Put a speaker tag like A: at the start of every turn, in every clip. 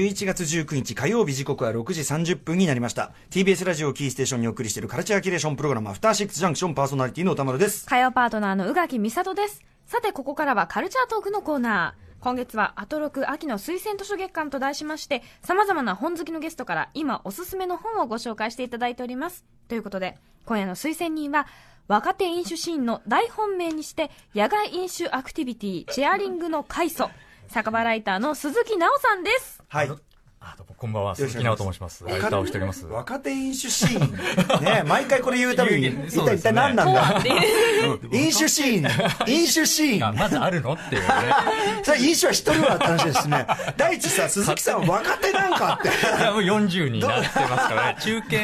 A: 11月19日火曜日時刻は6時30分になりました TBS ラジオキーステーションにお送りしているカルチャーキュレーションプログラム「アフターシックスジャンクション」パーソナリティの歌丸です
B: 火曜パートナーの宇垣美里です。さて、ここからはカルチャートークのコーナー。今月はアトロク秋の推薦図書月間と題しまして、様々な本好きのゲストから今おすすめの本をご紹介していただいております。ということで、今夜の推薦人は、若手飲酒シーンの大本命にして、野外飲酒アクティビティ、チェアリングの開祖、酒場ライターの鈴木奈緒さんです。
A: はい
C: あどうもこんばんは、鈴木直と申します。ライターをしております。
A: 若手飲酒シーンね毎回これ言うたびに
C: 言う
A: 一
C: そう
A: 体
C: で
A: 一
C: す
A: 体
C: ね
A: 何なんだ
C: うん
A: 飲酒シーン飲酒シー
C: あ
A: ン
C: まずあるのっていうね。
A: それ飲酒は一人はって話ですね第一さ鈴木さん若手なんかって
C: い やもう40になってますからね。中堅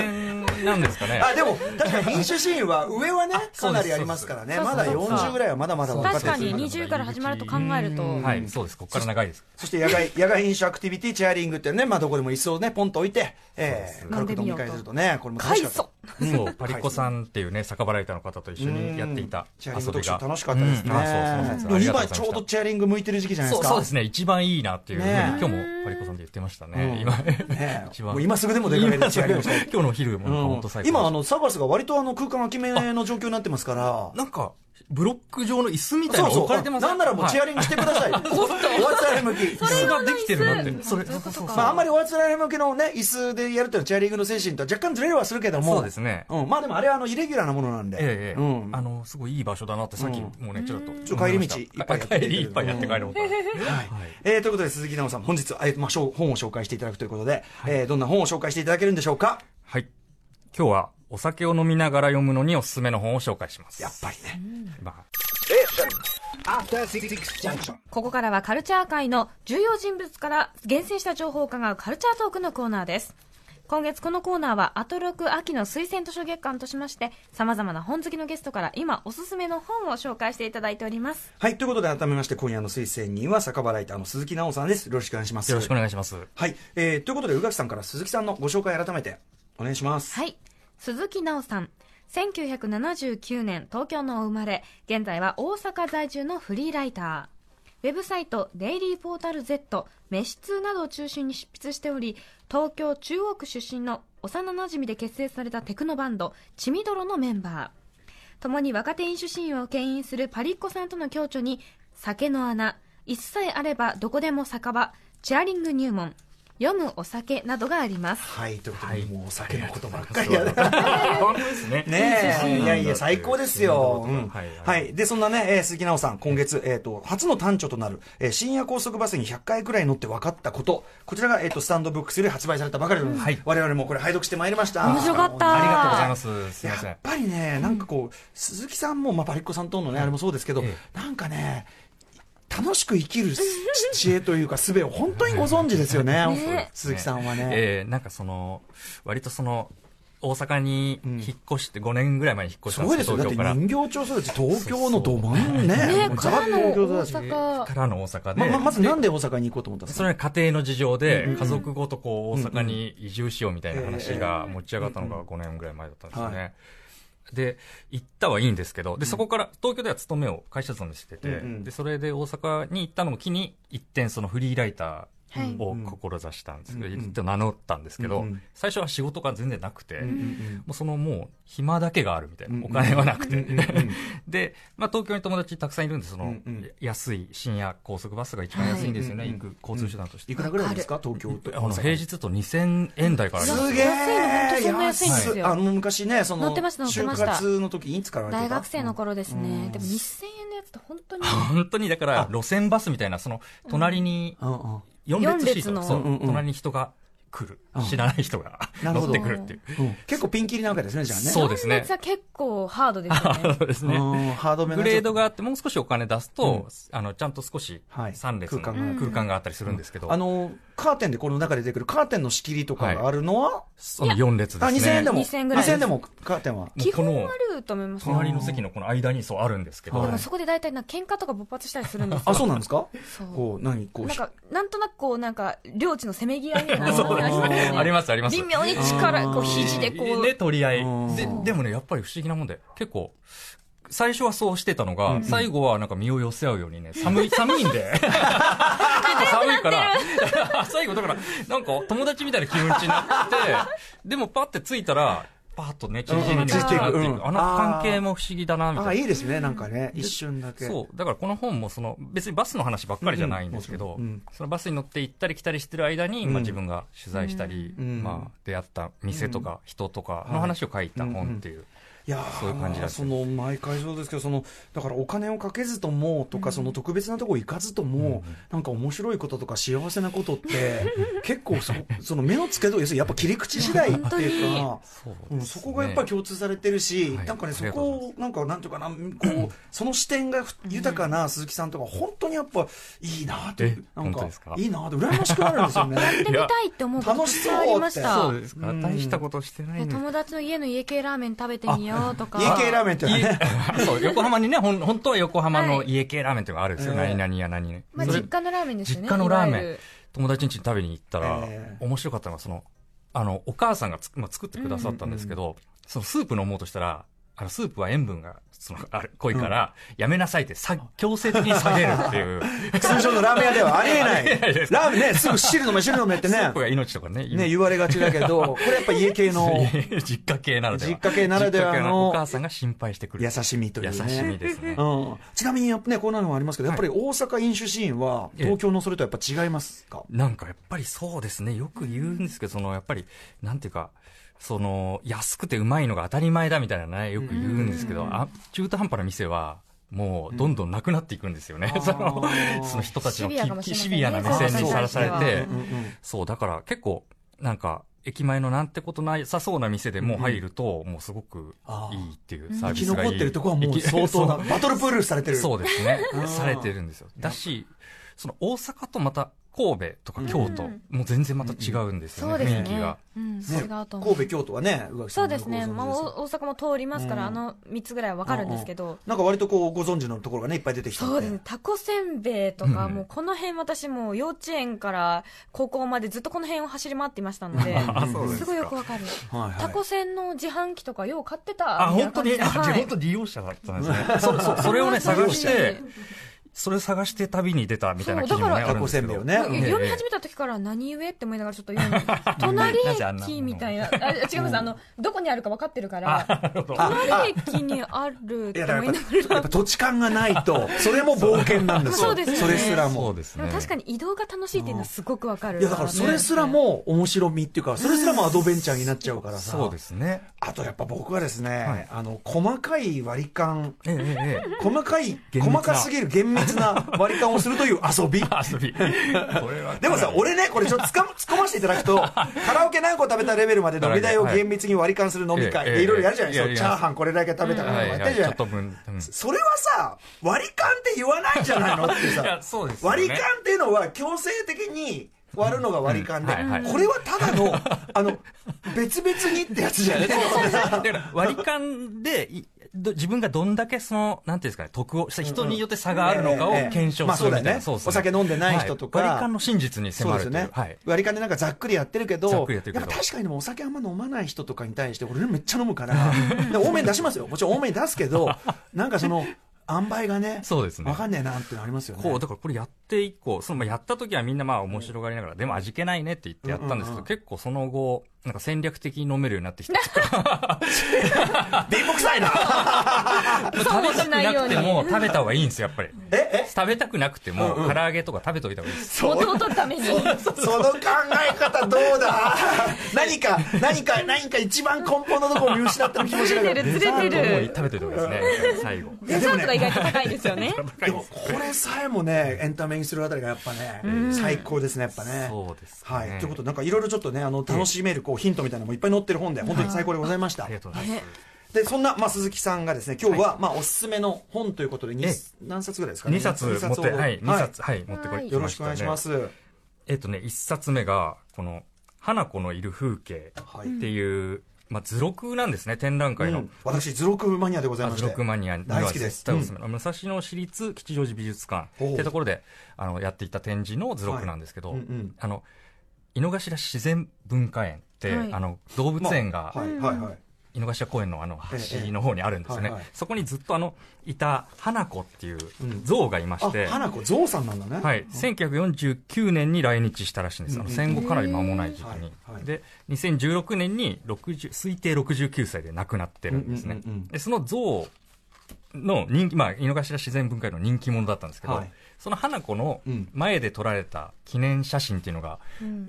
C: なんです かね。
A: あでも確かに飲酒シーンは上はねかなりありますからね
B: そう
A: ま
B: です
A: だ
B: そうです
A: 40ぐらいはまだまだ若
B: 確
A: 手で
B: か
A: す
B: に20から始まると考えると、
C: はい、そうです。ここから長いです。
A: そして野外 野外飲酒アクティビティチェアリングっていうね、まあ、どこでも椅子をねポンと置いて、えー、軽く飲み会するとねこれも楽しかった
B: 開祖
C: そう、パリコさんっていうね、酒場ライターの方と一緒にやっていた
A: チェアリング特
C: 遊び
A: 集
C: が。
A: 楽しかったですね、
C: うんあそうそうそう
A: でも
C: ありが
A: 今
C: とうございま
A: ち
C: した
A: ょうどチェアリング向いてる時期じゃないで
C: そ
A: す
C: う
A: か
C: そうですね、一番いいなっていうふうに、
A: ねえ
C: 今日もパリコさんで言ってましたね。
A: うん
C: 今、
A: ね
C: 一番。
A: もう今すぐでも出かけるチェアリングしたい
C: 今日のお昼
A: うん
C: も本当最高でした
A: 今あのサーバスが割とあの空間空きめの状況になってますから
C: なんか、ブロック状の椅子みたいな
A: そう
C: の
A: そ
C: 置かれて
A: う
C: ます
A: なんならもうチェアリングしてくださ い、おあつられ向き
C: 椅子ができてるな
B: それはナ
C: って。
B: イス
C: それ、
B: そういうことか
C: そうそうそう
A: まあ、あんまりおあつられ向きのね椅子でやるっていうのはチェアリングの精神とは若干ずれはするけども
C: そうですね
A: うん、まあでもあれはあのイレギュラーなものなんで、
C: ええええ
A: うん、
C: あのすごいいい場所だなってさっきもうねちょっと
A: ちょっと帰り道いっぱいやって
C: 帰りいっぱいやって帰ろうかな
A: はいえーということで鈴木奈緒さん本日は、えーまあ、しょう本を紹介していただくということで、えーどんな本を紹介していただけるんでしょうか
C: はい今日はお酒を飲みながら読むのにおすすめの本を紹介します
A: やっぱりね
C: まあ
D: アフターシックスジャンクション
B: ここからはカルチャー界の重要人物から厳選した情報を伺うカルチャートークのコーナーです。今月このコーナーはアトロク秋の推薦図書月間としまして様々な本好きのゲストから今おすすめの本を紹介していただいております。
A: はいということで改めまして今夜の推薦人は酒場ライターの鈴木奈緒さんですよろしくお願いします
C: よろしくお願いします
A: はい、えーということで宇垣さんから鈴木さんのご紹介改めてお願いします
B: はい。鈴木奈緒さん。1979年東京のお生まれ、現在は大阪在住のフリーライター。ウェブサイト、デイリーポータル Z、飯通などを中心に執筆しており、東京中央区出身の幼馴染で結成されたテクノバンド、チミドロのメンバー。共に若手飲酒シーンを牽引するパリッコさんとの共著に、酒の穴、一切あればどこでも酒場、チェアリング入門、読むお酒などがあります。
A: はいということで、
C: はい
A: もうお酒のことばっかりやね
C: 本当ですね
A: ね
C: そう
A: え、
C: なん
A: い
C: だ
A: やいや、最高ですよ。うん
C: はい
A: はい。で、そんなね、えー鈴木奈緒さん、今月、えっと、初の短著となる、えー深夜高速バスに100回くらい乗って分かったこと、こちらが、えっと、スタンドブックスより発売されたばかりなの
C: は
A: で
C: い、
A: 我々もこれ、拝読してまいりました。
B: 面白かった
C: ありがとうございますすいませ
A: や
C: ん
A: っぱりね、なんかこう、鈴木さんも、まあ、パリッコさんとのね、あれもそうですけど
C: え、
A: なんかね、楽しく生きる知知恵というか、術を本当にご存知ですよね、
B: ね
A: 鈴木さんはね。
C: ええなんかその割とその大阪に引っ越して5年ぐらい前に引っ越し
A: す
C: たん
A: ごいで
C: で
A: すすよ。だっ
C: 東
A: て
C: 京から
A: 人形町そうだし、東京のど真んね。
B: ね
A: もう
B: からの大
A: 東京だし
B: 阪。
C: からの大阪
A: ま
C: で
A: ままずなんで大阪に行こうと思ったんです
C: そ
A: か
C: れは家庭の事情で、家族ごとこう、大阪に移住しようみたいな話が持ち上がったのが5年ぐらい前だったんですよ
A: は
C: ね。で、行ったはいいんですけど、で、そこから、東京では勤めを、会社勤めしてて
A: うんうん、
C: で、それで大阪に行ったのを機に、一転そのフリーライターを志したんですけど、
A: うんうん
C: 一応名乗ったんですけ
A: うん
C: ど
A: うん、
C: 最初は仕事が全然なくて、
A: うんう
C: も
A: ん
C: うそのもう、暇だけがあるみたい
A: うん
C: な、お金はなくて
A: うんうんうん。
C: で、まあ東京に友達たくさんいるんで、その
A: うんうん、
C: 安い、深夜高速バスが一番安いんですよね、
A: はい
C: 行く交通手段として。
A: いくらぐらいですか東京と
C: あの平日だと2000円台からあります
A: す
C: よ
A: げえ
B: 安いの本当そんな安いんですよ
A: あの昔ねその
B: 乗ってました乗ってました
A: 就活の時いつから
B: 大学生の頃ですね、
A: うん
B: でも2000円のやつって本当に
C: 本当にだから路線バスみたいなその隣に
A: うんうんうん
C: 4列シー
B: 四列
C: ト、
B: の
C: そう
A: うんうん
C: 隣に人が来る、
A: うん
C: 知らない人が
A: なるほど
C: 乗ってくるっていう
A: うん結構ピンキリなわけですねじゃあね
C: そうですね
B: やつは結構ハード ですよね
C: そうです
A: う
C: ね、
A: んハードめな
C: グレードがあってもう少しお金出すと、あのちゃんと少し
A: はい
C: 3列の
A: 空
C: 空
A: 間
C: 間
A: が
C: が,、あったりするんですけど、
A: あのカーテンでこの中で出てくるカーテンの仕切りとかがあるのは
C: その4列で
A: あ
C: すね
A: 2000円でも
B: 2000円ぐらい
A: 2000円でもカーテンは
C: も
B: 基
C: うこ
B: 本
C: の
B: あると思いますよ
C: 隣の席のこの間にそうあるんですけど、
A: は
B: で
A: い
B: もそこで大体なんか喧嘩とか勃発したりするんですよ
A: あそうなんですか
B: そう
A: こう何こう
B: なんかなんとなくこうなんか領地のせめぎ合いみたいな
C: そうです
A: あ
C: ね
A: ー
C: ありますあります
B: 微妙に力
A: あ
B: こう
A: ー
B: 肘でこう
C: ね、取り合い
A: うん
C: ででもねやっぱり不思議なもんで結構最初はそうしてたのが、最後はなんか身を寄せ合うようにね、寒い、寒いんで。寒いから、 最後だから、なんか友達みたいな気持ちになって、でもパッて着いたら、パッとね、縮みになっていく。あ
A: うん縮んでいくうん
C: の関係も不思議だな、み
A: あ
C: た
A: あ、
C: いな。
A: いいですね、なんかね、一瞬だけ。
C: そう。だからこの本もその、別にバスの話ばっかりじゃないんですけど、
A: うんうんもちろんうん
C: そのバスに乗って行ったり来たりしてる間に、
A: うん
C: まあ自分が取材したり、
A: うん
C: まあ出会った店とか人とかの話を書いた本っていう。
A: いや
C: そういう感じだ
A: ー
C: った
A: その毎回そうですけどそのだからお金をかけずともとか、その特別なとこ行かずとも、なんか面白いこととか幸せなことって 結構そその目の付けど要するにやっぱ切り口次第っていうか。
C: そうです
A: う
C: ね
A: ん、そこがやっぱり共通されてるし、
C: はい
A: なんかね、そ
C: ありがとうござ
A: こを、なんか、なんていうかな、こう、その視点がふ豊かな鈴木さんとか、本当にやっぱ、いいなと
C: え
A: なん
C: 本当ですか
A: いいなと羨ましくなるんです よね。
B: 行ってみたいって思うこと
A: いや
B: たくさんありまし
A: あ
B: た
C: そうですか。大したことしてないんですけど
B: 友達の家の家系ラーメン食べてみようとか
A: 家系ラーメンっていうのはね。
C: そう、横浜にね、ほん、本当は横浜
B: は
C: の
B: い
C: 家系ラーメンっていうのがあるんですよ。
A: ええ
C: 何々や何々。
B: まあ、
C: それ
B: 実家のラーメンですよね
C: 実家のラーメン
B: いわゆる
C: 友達ん家に食べに行ったら、
A: ええ
C: 面白かったのが、その、あの、お母さんがつ、まあ、作ってくださったんですけど、そのスープ飲もうとしたら、あの、スープは塩分が、その、あれ、濃いから、やめなさいって、さ、強制的に下げるって いう、
A: 通常のラーメン屋ではありえない。ラーメンね、すぐ汁飲め、汁飲めって
C: ス
A: ね
C: ープ、が命とかね、
A: ね、言われがちだけ ど、これやっぱ家系の
C: 実家系ならでは。
A: 実家系ならではの
C: 実家系お母さんが心配してくる。
A: 優しみというね。
C: 優しみですね。
A: うん、ちなみにやっぱね、こんなのもありますけど、やっぱり大阪飲酒シーンは、
C: ええ
A: 東京のそれとはやっぱ違いますか、
C: なんかやっぱりそうですね、よく言うんですけど、そのやっぱり、なんていうか、その安くてうまいのが当たり前だみたいなね、よく言うんですけど、あ中途半端な店は、もうどんどんなくなっていくんですよね、
A: うん
C: そ
A: あー
C: のその人たち
B: シ
C: の
B: ビアかもしれませんね
C: シビアな目線にさらされ
B: そう
C: て
B: で、
A: うんうん
C: そう、だから結構、なんか、駅前のなんてことないさそうな店でもう入ると、もうすごくいいっていうサ
A: 生
C: ービ
A: き
C: スが
A: 残
C: いい。
A: ってるとこはもう相 当な、バトルプールされてる。
C: そうですね
A: あー。
C: されてるんですよ。だし、その大阪とまた神戸とか京都、
B: うん
C: もう全然また違うんですよ
B: そう
C: ね、
B: です
C: 雰囲気が
B: ね。、うん、
A: ね
B: 違うと思う
A: 神戸、京都はね、宇垣さ
B: そう
A: も
B: ん
A: ご
B: で
A: 存知
B: すね、まあ、
A: です
B: お大阪も通りますから、
A: うん
B: あの3つぐらいは分かるんですけど、
A: なんか割とこう、ご存知のところがね、いっぱい出てきた
B: そうですね
A: ね。
B: タコせんべいとか、
C: うん
B: もうこの辺私もう幼稚園から高校までずっとこの辺を走り回っていましたので
C: あ そうですすか
B: ごいよくわかる
A: はいはい
B: タコせんの自販機とかよう買ってた
C: あ、
B: みたいな
C: 本当
B: 感じ
C: に、
B: で
C: あ、
B: はい
C: 本当に利用者だったんですね。そそうそれをね、
B: そう
C: 探し
B: そう
C: て、それを探して旅に出たみたいな記
B: そう
C: 事もね、
B: だか
C: あ
A: タ
B: ら
C: るん
A: コ
C: です
A: せ
C: け
A: んべい
C: ど
A: を。ね。
B: 読み読み始めた時から何故って思いながらちょっと 読んで隣
C: なぜあんな
B: 駅みたいなあ違いますあのどこにあるか分かってるから
A: ああ
B: 隣駅にあるっ
A: い
B: て
A: や、
B: 思いな
A: だ
B: が
A: かららやっぱ、やっぱ土地勘がないと、それも冒険なんですよ。
B: そうですよね
A: それすら
C: そ
A: も
C: う。です
B: で
C: ね。
B: も確かに移動が楽しいっていうのはすごくわかる
A: いや、だからそれすらも面白みっていうか、それすらもアドベンチャーになっちゃうからさ。
C: そうですね。
A: あとやっぱ僕はですね、
C: はい
A: あの、細かい割り勘、
C: ええええ
A: 細かい、
C: 密
A: 細
C: な
A: かすぎる厳密な割り勘をするという遊 び。
C: 遊び。これは
A: でもさ、俺ね、これちょっとつか突っ込ませていただく と、カラオケ何個食べたレベルまで飲み代を厳密に割り勘する飲み
C: はい
A: 会
C: ええ
A: でいろいろやるじゃないです
C: え
A: か。
C: え
A: チャーハンこれだけ食べたから
C: は
A: とかやっ
C: いは
A: てる
C: い、
A: じ
C: ち
A: ゃ
C: ょ
A: な
C: っ
A: い
C: と分、うん
A: それはさ、割り勘って言わないんじゃないのって
C: いや
A: さ、
C: そうですよね
A: 割り勘っていうのは強制的に割るのが割り勘で
C: うんはいは、い
A: これはただの、あの、別々にってやつじゃ ない
C: だから割り勘でいど自分がどんだけその、なんていうんですかね、得を、人によって差があるのかを
A: ええええ
C: 検証するみたいな。
A: まあそうだよねお酒飲んでない人とか
C: はい割り勘の真実に
A: そう
C: 迫
A: です
C: るとい
A: ね
C: う。はい。
A: 割り勘でなんかざっくりやってるけど、
C: ざっくりやってるけど
A: やぱ確かにでもお酒あんま飲まない人とかに対して、俺めっちゃ飲む から、で多めに出しますよ。もちろん多めに出すけど、なんかその、塩梅がね、
C: そうですね
A: わかんねえなってのありますよね。
C: こう、だからこれやって以降、そのまあやった時はみんなまあ面白がりながら、でも味気ないねって言ってやったんですけど、
A: うんうんうん
C: 結構その後、なんか戦略的に飲めるように なってきて、
A: 貧乏くさい な
B: そうもしな
C: 食べた
B: い
C: く
B: よ
C: な
B: うに
C: くても食べた方がいいんですよ、やっぱり。
A: え、え、
C: 食べたくなくても、唐揚げとか食べといた方がいいです。
B: 元を取るために
A: その考え方どう だ何か、何か、何か一番根本のところを見失ってる気もしなが
B: ず
A: ら
B: れて。るず
C: ちゃ
B: れ
C: んとも
B: て
C: う
B: る
C: 食べといた方がいいですね、最 後。
B: デザートが意外と高いですよね
A: でもこれさえもね、エンタメにするあたりがやっぱね、最高ですね、やっぱね。
C: そうですね
A: はい。ということで、なんかいろいろちょっとね、あの、楽しめるこうヒントみたいなのもいっぱい載ってる本で、本当に最高でございました
C: あり。がとうございます。
A: で、そんな、まあ、鈴木さんがですね、今日は、まあ、おすすめの本ということで、に
C: ええ
A: 何冊ぐらいですかね。
C: 2冊
A: 二
C: 持っ
A: を
C: て、はい、2冊、はい、持ってこれ、
A: よろしくお願いしま。す。
C: えっとね、1冊目が、この、花子のいる風景
A: はい
C: っていう、まあ、図録なんですね、展覧
A: う
C: 会の
A: ん。私、図録マニアでござい
C: ア
A: まし
C: ズ
A: て。
C: ロックマニアには
A: 大好きです
C: 絶対おすすめの、武蔵野市立吉祥寺美術館
A: ほう
C: ってところであのやっていた展示の図録なんですけど、
A: はいうんうん
C: あの井の頭自然文化園って、
B: はい
C: あの動物園が、
A: はい、はい、はい。
C: 井の頭公園のあの
A: ええ
C: 橋の方にあるんですよね
A: はいはい。
C: そこにずっとあの、いた花子っていう
A: うん
C: 像がいまして、
A: あ花子象さんなんだね
C: はい、1949年に来日したらしいんです、あの
A: うん
C: 戦後かなり間もない時期に、
A: はいはい
C: で2016年に60推定69歳で亡くなってるんですね、
A: うんうんうんうん
C: でその像の人気、まあ、井の頭自然文化遺の人気者だったんですけど、
A: はい
C: その花子の
A: うん
C: 前で撮られた記念写真っていうのが、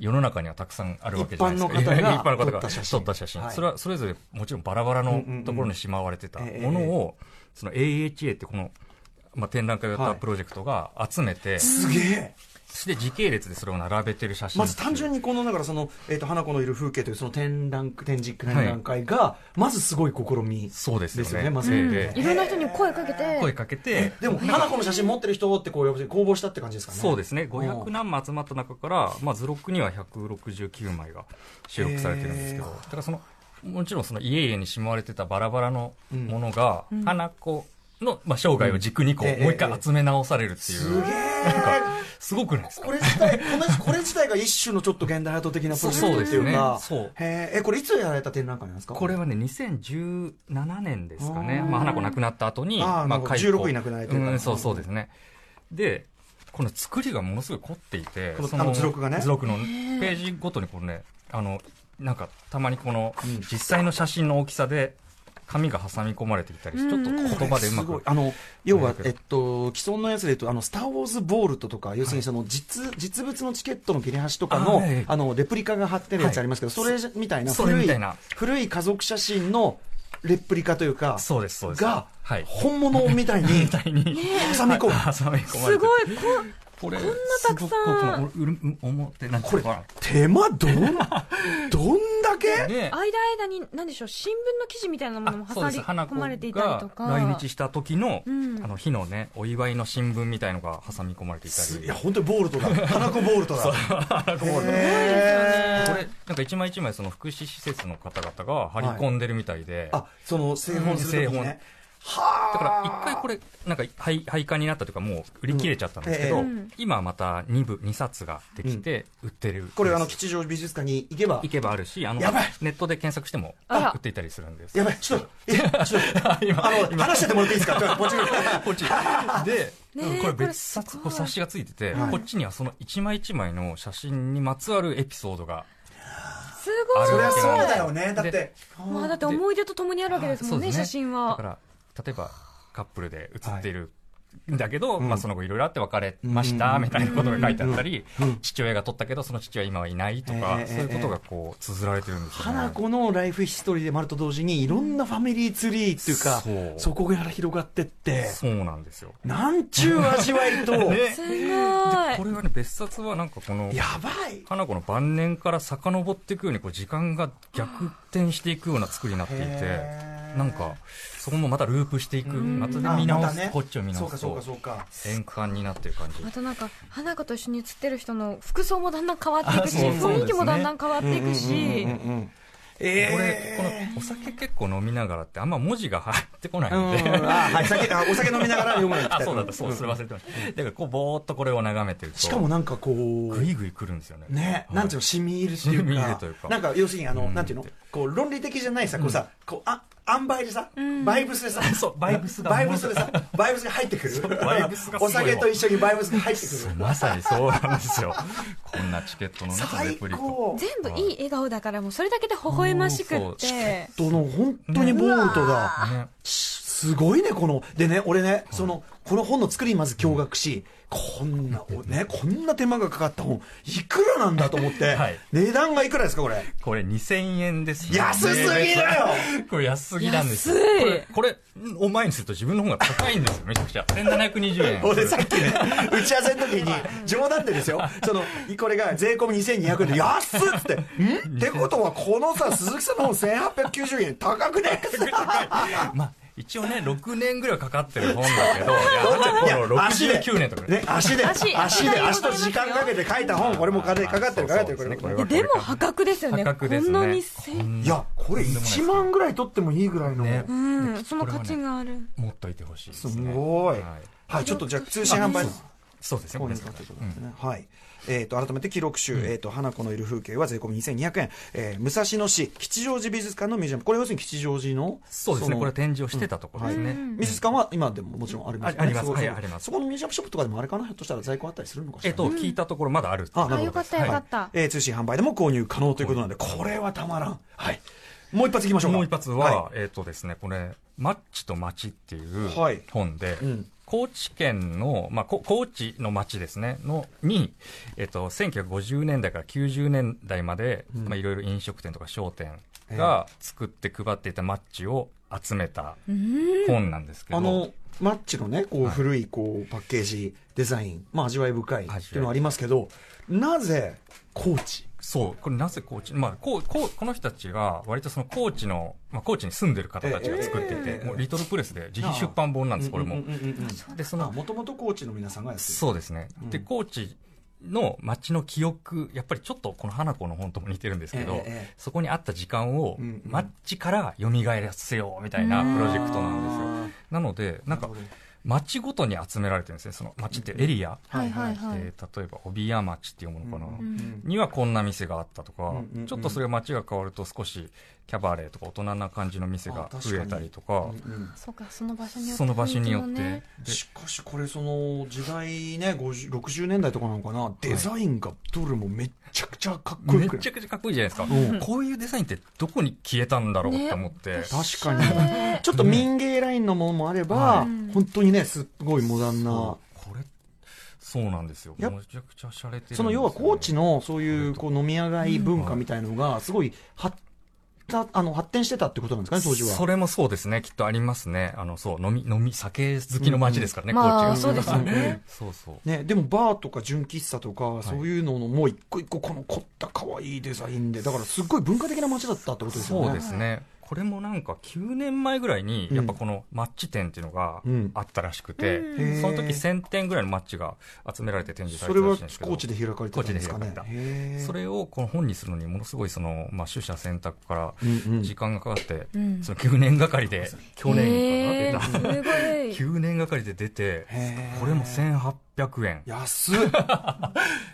C: 世の中にはたくさんあるわけじゃないですか、
A: 一般の方が
C: 一般の方
A: 撮
C: が
A: った写真
C: 撮った写真、
A: はい
C: それはそれぞれもちろんバラバラのところにしまわれてた
A: うんうんうん
C: ものを、その AHA ってこの、まあ、展覧会をやっ
A: は
C: た
A: い
C: プロジェクトが集めて、
A: すげえ
C: そして時系列でそれを並べてる写真
A: まず単純にこのだからその、えー、と花子のいる風景というその展覧展示展覧会が、まずすごい試み
C: そうですよね
A: ですよねまず
C: え
A: ね
C: え
B: いろんな人に声かけて
C: 声かけて
A: でも花子の写真持ってる人ってこう呼ぶ公募したって感じですかね
C: そうですね
A: う
C: 500
A: ん
C: 何枚集まった中から、まあ、図録には169枚が収録されてるんですけど、
A: へー
C: だからそのもちろんその家々にしまわれてたバラバラのものが、
B: うん
C: 花子の、まあ、生涯を軸にこう、
A: うん
C: もう一回集め直されるってい
A: す
C: う、
A: げえ
C: すごくないですか
A: これ自体このこれ自体が一種のちょっと現代アート的なプロジェクトっていうか
C: そうそうですね
A: へーえこれいつやられた展覧会なんですか
C: これはね2017年ですかね
A: あー
C: まあ、花子亡くなった後に
A: あー
C: ま
A: なるほど
C: 解雇
A: 16位亡くなられてるから
C: うん、そうそうですねでこの作りがものすごい凝っていて
A: この
C: そ
A: あの図録がね
C: 図録のページごとにこのねあのなんかたまにこの
A: うん
C: 実際の写真の大きさで紙が挟み込まれていたりしちょっと言葉でうます
A: ごい
C: く
A: あの要は
C: う、まく
A: えっと、既存のやつで言うと、あのスター・ウォーズ・ボールトとか、要するにその実,、実物のチケットの切れ端とかの
C: あはい
A: あのレプリカが貼ってるやつありますけど、
C: はい
A: それみたいな
C: そ
A: 古
C: れ
A: い
C: みたいな
A: 古い家族写真のレプリカというか、
C: そうですそうです
A: が、
C: はい
A: 本物みたい に
C: みたいに
A: 挟み込む。
C: 挟み込まれて
B: すごいこ
C: これこんな
B: たくさん
C: 思ってなんて
A: これ手間どん、 どんだけ
C: で
B: 間間に何でしょう新聞の記事みたいなものも
C: そう
B: 挟み
C: です花
B: 込
C: 子
B: ま
C: が
B: れていたりとか
C: 来日した時の,、
B: うん
C: あの日のねお祝いの新聞みたいのが挟み込まれていた
A: い
C: り
A: や、本当にボールトだ。花子ボールトだ。へー
C: これなんか一枚一枚その福祉施設の方々が張り込んでるみたいで、
A: あ、その製本する時に
C: うん製
A: ね。は
C: だから一回これなんか廃廃刊になったというかもう売り切れちゃったんですけど、
A: うん
B: ええ
C: 今また2部二冊ができて売ってる、
A: これあの吉祥寺美術館に行けば
C: 行けばあるしあの
A: やばい
C: ネットで検索しても
B: あら
C: 売っていたりするんです
A: やばいちょっといやちょっ とあの話しててもらっていいですかポチ
C: こっちで、
B: ねえ
C: これ別冊
B: これすごい
C: こう冊子がついてて、
A: はい
C: こっちにはその一枚一枚の写真にまつわるエピソードが
B: す
C: あ
A: そり
B: ご
C: る
B: い
A: ゃ
C: わけ
A: そう
C: なん
A: だよねだって
C: で
B: まあだって思い出とともにあるわけですもんね
C: あそうです
B: 写
C: ね
B: 真
C: だ
B: は
C: から例えばカップルで写っているんだけど、まあ、その後いろいろあって別れまし
A: うんう
C: た
A: ん
C: みたいなことが書いてあったり、
A: うんうん
C: 父親が取ったけどその父親は今はいないとか、
A: ええ
C: そういうことがこう綴られてるんですよね。
A: 花子のライフヒストリーでもあると同時にいろんなファミリーツリーっていうか
C: そう
A: そこから広がってって
C: そうなんですよ。
A: なんちゅう味わいと
C: ね
B: すごい
C: これはね別冊はなんかこの
A: やばい
C: 花子の晩年から遡っていくようにこう時間が逆転していくような作りになっていて
A: へー
C: なんかそこもまたループしていく
B: ん
C: またで
A: あ
C: 見直、
A: ますたね
C: こっちを見
A: そ
C: 直
A: うか
C: す
A: そう
C: と
A: かそうか
C: 円環になってる感じ
B: またなんか花子と一緒に写ってる人の服装もだんだん変わっていくし
C: あそうそうですね
B: 雰囲気もだんだん変わっていくし
A: うんうんうん
C: これこ
A: え
C: のお酒結構飲みながらってあんま文字が入ってこないん
A: ー
C: で
A: うんあはい酒あお酒飲みながら読むのに行き
C: あ
A: たい
C: そうだったそうそれ忘れてましただからこうぼーっとこれを眺めてると
A: しかもなんかこう
C: グイグイ来るんですよね
A: ね、
C: はい
A: なんていうの、しみ入るっていうか、
C: 染み入るというか
A: なんか要するに、あの、
C: うん
A: なんていうの、こう論理的じゃないさ、こうさ、こう、あ、塩梅でさ、バイブスでさ、
C: そうバイブスが
A: バイブスでさ、バイブスが入ってくる。
C: バイブスがすごいわ
A: お酒と一緒にバイブスが入ってく
C: そう
A: る。
C: まさにそうなんですよこんなチケットの中で
A: 最
C: プリ
A: 高。
C: コ
B: 全部いい笑顔だからもうそれだけで微笑ましく
C: うんそ
B: っ
C: う
B: て
A: どの本当にボールトが、
C: ね
A: すごいねこのでね俺ねそのこの本の作りにまず驚愕し、こんなおねこんな手間がかかった本いくらなんだと思って、
C: はい
A: 値段がいくらですかこれ
C: これ2000円ですね
A: 安すぎだよ
C: これ安すぎなんですよ
B: 安い
C: これこれお前にすると自分の方が高いんですよめちゃくちゃ1720 円
A: 俺さっきね、打ち合わせの時に、冗談でですよ、その、これが税込み2200円で、安っつって、んってことは、このさ、鈴木さんの本1890円、高く ね
C: まあ一応ね6年ぐらいかかってる本だけど
A: い
C: いや
A: や
C: この
A: 足で
C: 69年とかね
A: ね、足で、足
B: 足
A: で、足
B: 足
A: と
B: と
A: 時
B: 時
A: 間
B: 間
A: か
B: か
A: けて書いた本、これも金かかってる、かかってる、こ
C: そうですね
A: れ
C: これ
B: いや
C: は
B: でも破格ですよね
C: 破格ですね
B: こんなにせ
C: こんない
A: や、これ1万ぐらい取ってもいいぐらいの。
C: ね
B: うんその価値がある
C: 持っといてほしいですすね
A: ごい
C: はい。
A: はい、ちょっとじゃあ、通信販売。
C: そうですね
A: 購
C: これ
A: 入
C: です
A: 価
C: から
A: 格ということですね。はい。えっと、改めて記録集、えっと、花子のいる風景は税込み2200円。えー武蔵野市吉祥寺美術館のミュージアム。これ要するに吉祥寺の。
C: そうです
A: そ
C: ね
A: の
C: これは展示をしてたところですね、
B: うん
A: 美術館は今でももちろんありますよね
C: ああります
A: ご
C: はいあります
A: そこのミュージアムショップとかでもあれかなひょっとしたら在庫あったりするのかしら
C: えっと、聞いたところまだある
A: あな
B: あ
A: るほ
B: よ
A: ど
B: かったよかった
A: えー通信販売でも購入可能ということなんでこれはたまらんはいもう一発いきましょうか
C: もう一発は、
A: い
C: えっ、とですね、これ、マッチと街っていう
A: はい
C: 本で、
A: うん
C: 高知県の、まあ、こ高知の町ですね、の、に、えっ、と、1950年代から90年代まで、
A: うん
C: まあ、いろいろ飲食店とか商店が作って配っていたマッチを集めた本なんですけど、
A: あのマッチのねこう
C: はい
A: 古いこうパッケージデザインまあ味わい深いっていうのはありますけどなぜ高知
C: そう、これなぜ高知、まあ、こう、こう、この人たちが、割とその高知の、まあ、高知に住んでる方たちが作っていて、
A: ええ
C: もうリトルプレスで自費出版本なんです、これも。
A: うんうんうんうん
C: で、そ
A: まあ
C: の、
A: もともと高知の皆さんがやってる
C: そうですね。
A: うん
C: で、高知の街の記憶、やっぱりちょっとこの花子の本とも似てるんですけど、
A: ええええ
C: そこにあった時間を
A: うんうん
C: マッチから蘇らせようみたいな
B: うん
C: プロジェクトなんですよ。
A: よ
C: なので、なんか街ごとに集められてるんですね。その街ってエリア。
B: はいはいはい。
C: えー例えば、帯屋町っていうものかな。
A: うんうん
C: にはこんな店があったとか、
A: うんうんうん
C: ちょっとそれが街が変わると少しキャバレーとか大人な感じの店が増えたりと
A: う
C: か、
A: んうん
B: そうか、その場所によって。
C: その場所によっ
B: 雰囲
C: て、
B: 気もね
C: で
A: しかしこれその時代ね50 60年代とかなのかなデザインがどれもめっちゃくちゃかっこよ
C: め
A: くない
C: ちゃくちゃかっこいいじゃないですか、
A: うん
C: こういうデザインってどこに消えたんだろうって思って、
B: ね
A: 確かにちょっと民芸ラインのものもあれば、
B: うん
A: 本当にねすっごいモダンな
C: そうこれそうなんですよめ
A: やっ
C: ちゃくちゃ洒落てるんですよ
A: その要は高知のそういう
C: うん
A: こう飲み屋街文化みたいのがすごい発たあの発展してたってことなんですかね当時は
C: それもそうですねきっとありますねあのそう飲み飲み酒好きの街ですからね、高知が
B: まあ、そうですよね。
C: そうそう
A: ね、でもバーとか純喫茶とか、そういうののもう一個一個この凝った可愛いデザインでだからすっごい文化的な街だったってことですよね
C: そうですねこれもなんか9年前ぐらいに
A: うん
C: やっぱこのマッチ店っていうのが
A: うん
C: あったらしくて、
A: うん
C: その時1000点ぐらいのマッチが集められて展示さ
A: そ
C: れ
A: れは
C: てたらしいんですけど
A: 高知で開かれてたんですかね
C: 高知で開かれた
A: へー
C: それをこの本にするのにものすごいその、まあ、取捨選択から
A: うんうん
C: 時間がかかって、
B: うん
C: その9年がかりで 去年
B: へ
C: かな出た
B: ーす
C: 9年がかりで出て
A: へー
C: これも1800円
A: 安っ、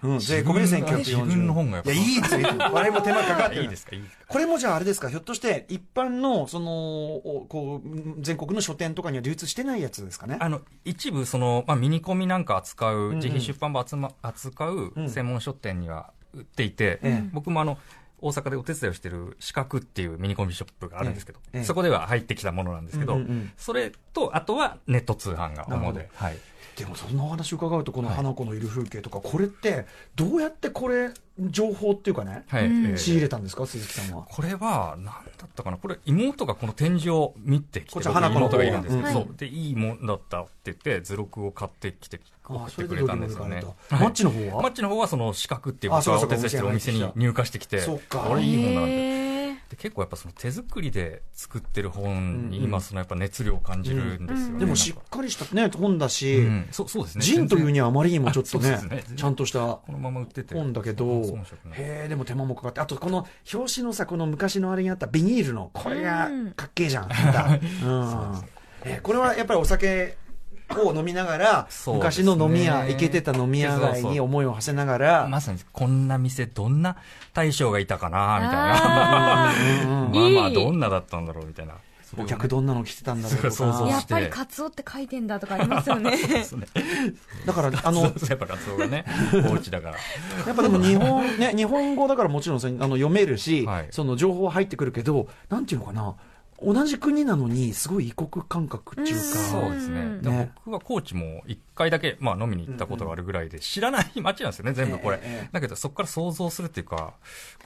A: うん、税込みで1940円
C: 自分の本がやっ
A: い
C: ぱ
A: やいいですよ我々も手間かかってる
C: いいですかいいですか
A: これもじゃああれですかひょっとして一般のそのおこう全国の書店とかには流通してないやつですかね
C: あの一部その、まあ、ミニコミなんか扱う、
A: んうん
C: 自費出版部集、ま、扱う
A: うん
C: 専門書店には売っていて、
A: ええ
C: 僕もあの大阪でお手伝いをしてる四角っていうミニコミショップがあるんですけど、
A: ええええ
C: そこでは入ってきたものなんですけど、
A: うんうんうん
C: それとあとはネット通販が主
A: なる
C: で、はい、
A: でもそんなお話伺うとこの
C: はい
A: 花子のいる風景とか、これってどうやってこれ情報っていうかね、
C: はい
B: うん
C: ええ
A: 仕入れたんですか鈴木さんは
C: これは何だったかなこれ妹がこの展示を見てきて
A: こっちは
C: 僕
A: 花子の
C: 妹がいるんですけど、
B: うん
C: そうでいいもんだったって言って図録を買ってきて送ってくれたんですよね
A: あそれで料理も抜かれたマッチの方は
C: マッチの方はその四角っていう
A: あそう
C: 僕
A: か
C: が
A: そうか
C: お手伝いしてるお店に入荷してきて
A: そうか
C: あれいい本だな
B: ごい
C: って
B: へー
C: で結構やっぱその手作りで作ってる本に今そのやっぱ熱量を感じるんですよね、
A: でも
C: し
A: しっかりしたね本だし、
C: うん、そうそうですね
A: ジンというに
C: は
A: はあまりにもちょっとね
C: あそうですね
A: ちゃんとした
C: このまま売ってて
A: 本だけ
C: そん
A: ど
C: な遜色ない
A: へえでも手間もかかってあとこの表紙のさこの昔のあれにあったビニールのこれが
B: うん
A: かっけえじゃん、ま たうんえーこれはやっぱりお酒を飲みながら、
C: そうで
A: 昔
C: すね
A: の飲み屋行けてた飲み屋街
C: そう
A: に
C: そう
A: 思いを馳せながら
C: まさにこんな店どんな大将がいたかなみたいな
B: あ
A: うんうん
C: ま
B: い
C: あまあ
B: い
C: どんなだったんだろうみたいな。
A: お客どんなの来てたんだろうとか
C: そうそう
B: ー
C: そ
B: や
C: う
B: っぱりカツオって書いてんだとかありますよね。
A: だからあ
C: あの、
A: の
C: そうそうやっぱカツオ がね、お家だから。
A: やっぱでも日本、ね、日本語だからもちろんそのあの読めるし、
C: はい
A: その情報は入ってくるけど、なんていうのかな、同じ国なのに、すごい異国感覚っていうか、
C: そうです
B: うん
C: ね。でも僕は高知も一回だけ、まあ飲みに行ったことがあるぐらいで、知らない街なんですよね、全部こ
A: え
C: れ
A: えええ。
C: だけどそこから想像するっていうか、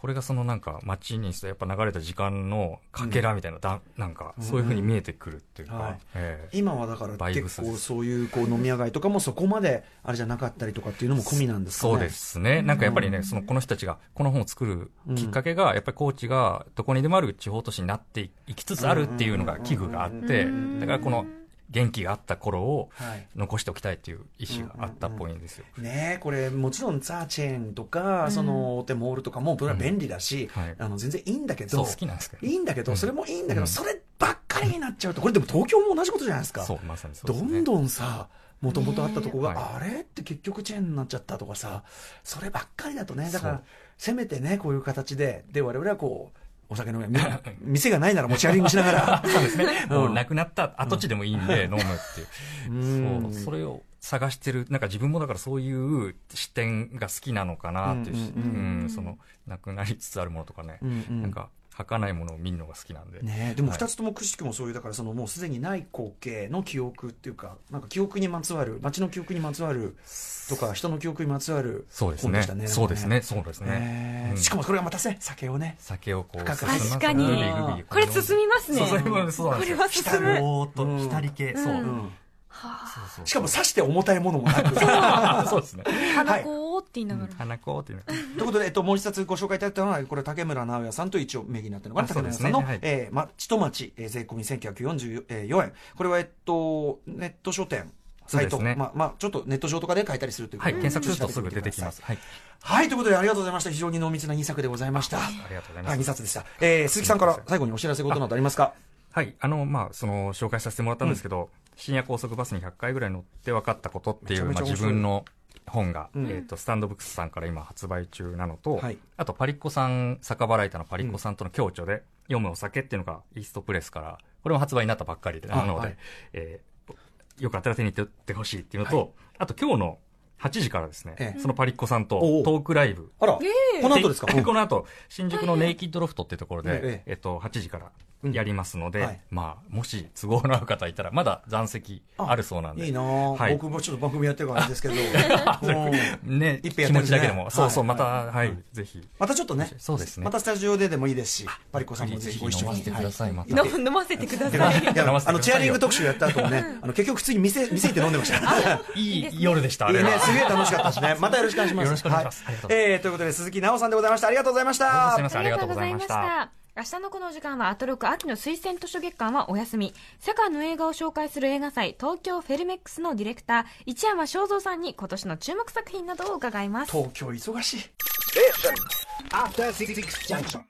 C: これがそのなんか街にしてやっぱ流れた時間のかけらみたいな、だなんかそういうふうに見えてくるっていう
A: は
C: か
A: い。
C: ええ
A: 今はだから
C: バイブ
A: 結
C: スです
A: 構そういうこう飲み屋街とかもそこまであれじゃなかったりとかっていうのも込みなんですかね。
C: そうで。すね。なんかやっぱりね、その、この人たちが、この本を作るきっかけが、やっぱり高知が、どこにでもある地方都市になっていきつつあるっていうのが危惧があって、だからこの元気があった頃を
A: はい
C: 残しておきたいっていう意思があったっぽいんですよ。
A: ねえこれもちろんザ・チェーンとか、その大手モールとかもこれは便利だし、
C: うんはい
A: あの全然いいんだけ
C: そう
A: ど
C: 好きなんですけど
A: いいんだけど、それもいいんだけど、そればっかれになっちゃうとこれでも東京も同じことじゃないですか
C: そう、まさにそう
A: ど
C: です、ね。
A: んどんさもともとあったとこが、
C: ねは
A: あれって結局チェーンになっちゃったとかさそればっかりだとねだから
C: そう
A: せめてねこういう形でで我々はこうお酒飲 めみ店がないなら持ち歩きしながら
C: そうですね。
A: うん
C: もうなくなった跡地でもいいんで飲むっていうう。
A: ん
C: そう、それを探してる。なんか自分もだからそういう視点が好きなのかなっていうし、
A: う
C: う
A: う
C: ん
A: ん
B: うん
C: ん、その、なくなりつつあるものとかね
A: う。んうん
C: なんか、儚いものを見るのが好きなんで。
A: ねえ、でも
C: はい
A: 2つともくしくもそういうだからそのもうすでにない光景の記憶っていうかなんか記憶にまつわる街の記憶にまつわるとか人の記憶にまつわる
C: そうです
A: 本
C: ね
A: した。
C: そうですね。そうですね。
A: ねえ
C: うん
A: しかもこれがまたね酒をね
C: 酒をこう、
A: 深く
C: 進ませて
B: 確かに
C: グビグビ
B: これ進みますね
C: そうそうそうなん
B: こ
C: です
B: れ
C: よ
B: は進む
C: ぼーっ
A: うん
C: と浸り系。そう。
B: う
A: う
B: ん
A: ん
B: は
C: そうそう
A: しかも刺して重たいものも なく
C: あ そうですね。
B: あ
A: は
B: 花
A: い
B: 子って言いながら
C: 花子っていうの。
A: ということで、えっと、もう一冊ご紹介いただいたのは、これ、竹村直哉さんと一応名義になってるのかな、
C: あ
A: 竹村さんの、
C: そうですね
A: えー、ま、ちとまち、えー税込み1944円。これは、えっと、ネット書店、サイト、
C: そうですね
A: まあ、まあ、ちょっとネット上とかで書いたりするというこ
C: は
A: と
C: い。
A: で、
C: 検索するとすぐ出てきます。はい。
A: はい、ということで、ありがとうございました。非常に濃密な2作でございました。
C: ありがとうございま
A: はい、
C: す
A: 2。冊でした。えー、鈴木さんから最後にお知らせことなどありますか
C: はい、あの、まあ、その、紹介させてもらったんですけど、深夜高速バスに100回ぐらい乗って分かったことっていう、
A: めちゃ
C: ま
A: めちゃ面
C: あ、自
A: 白い
C: 分の本が、
A: うん
C: えっ、と、スタンドブックスさんから今発売中なのと、
A: はい
C: あと、パリッコさん、酒場ライターのパリッコさんとの共著で、読むお酒っていうのが、イーストプレスから、これも発売になったばっかりで、
A: あ
C: なので、
A: はい
C: えーよかったら手に取ってほしいっていうのと、あと、今日の8時からですね、
A: ええ
C: そのパリッコさんと
A: おう
C: トークライブ、
A: あら、この後ですか
C: でこの後、新宿のネイキッドロフトっていうところ
A: はいはい
C: で
A: え、
C: えっと、8時からやりますの
A: うんはい
C: で、まあ、もし都合の合う方いたら、まだ残席あるそうなん
A: いい
C: で。
A: なぁ、
C: はい
A: 僕もちょっと番組やってるからあれ ですけど。うん
C: ね、
A: 一杯やって
C: 気
A: るね
C: 持ちだけで
A: は
C: も。
A: い
C: そうそう、また、
A: はい
C: はい、ぜひ。
A: またちょっとね、
C: そうですね
A: またスタジオででもいいですし、パリッコさんもぜひご一緒
C: 飲ま
A: に
C: せ。てください、また。
B: 飲む飲ませてくだ
A: い
B: さ
A: や
B: い
A: いや
C: 飲ませてくださいよ
A: あのチェアリング特集やった後も ね、あの結局普通に店店行って飲んでました。
C: いい夜でした、あ
A: いい
C: れは。
A: ね、すげえ楽しかったですね。またよろしくお願いします。
C: よろしくお願いしますありがとうござい
A: えーということで鈴木奈緒さんでございました。ありがとうございまし
C: ありがとうご
A: た
C: ざい。ました。ありがとうございました。
B: 明日のこの時間はアトロク秋の推薦図書月間はお休み。世界の映画を紹介する映画祭、東京フェルメックスのディレクター、一山正蔵さんに今年の注目作品などを伺います。
A: 東京忙しい。
D: After Six Junction.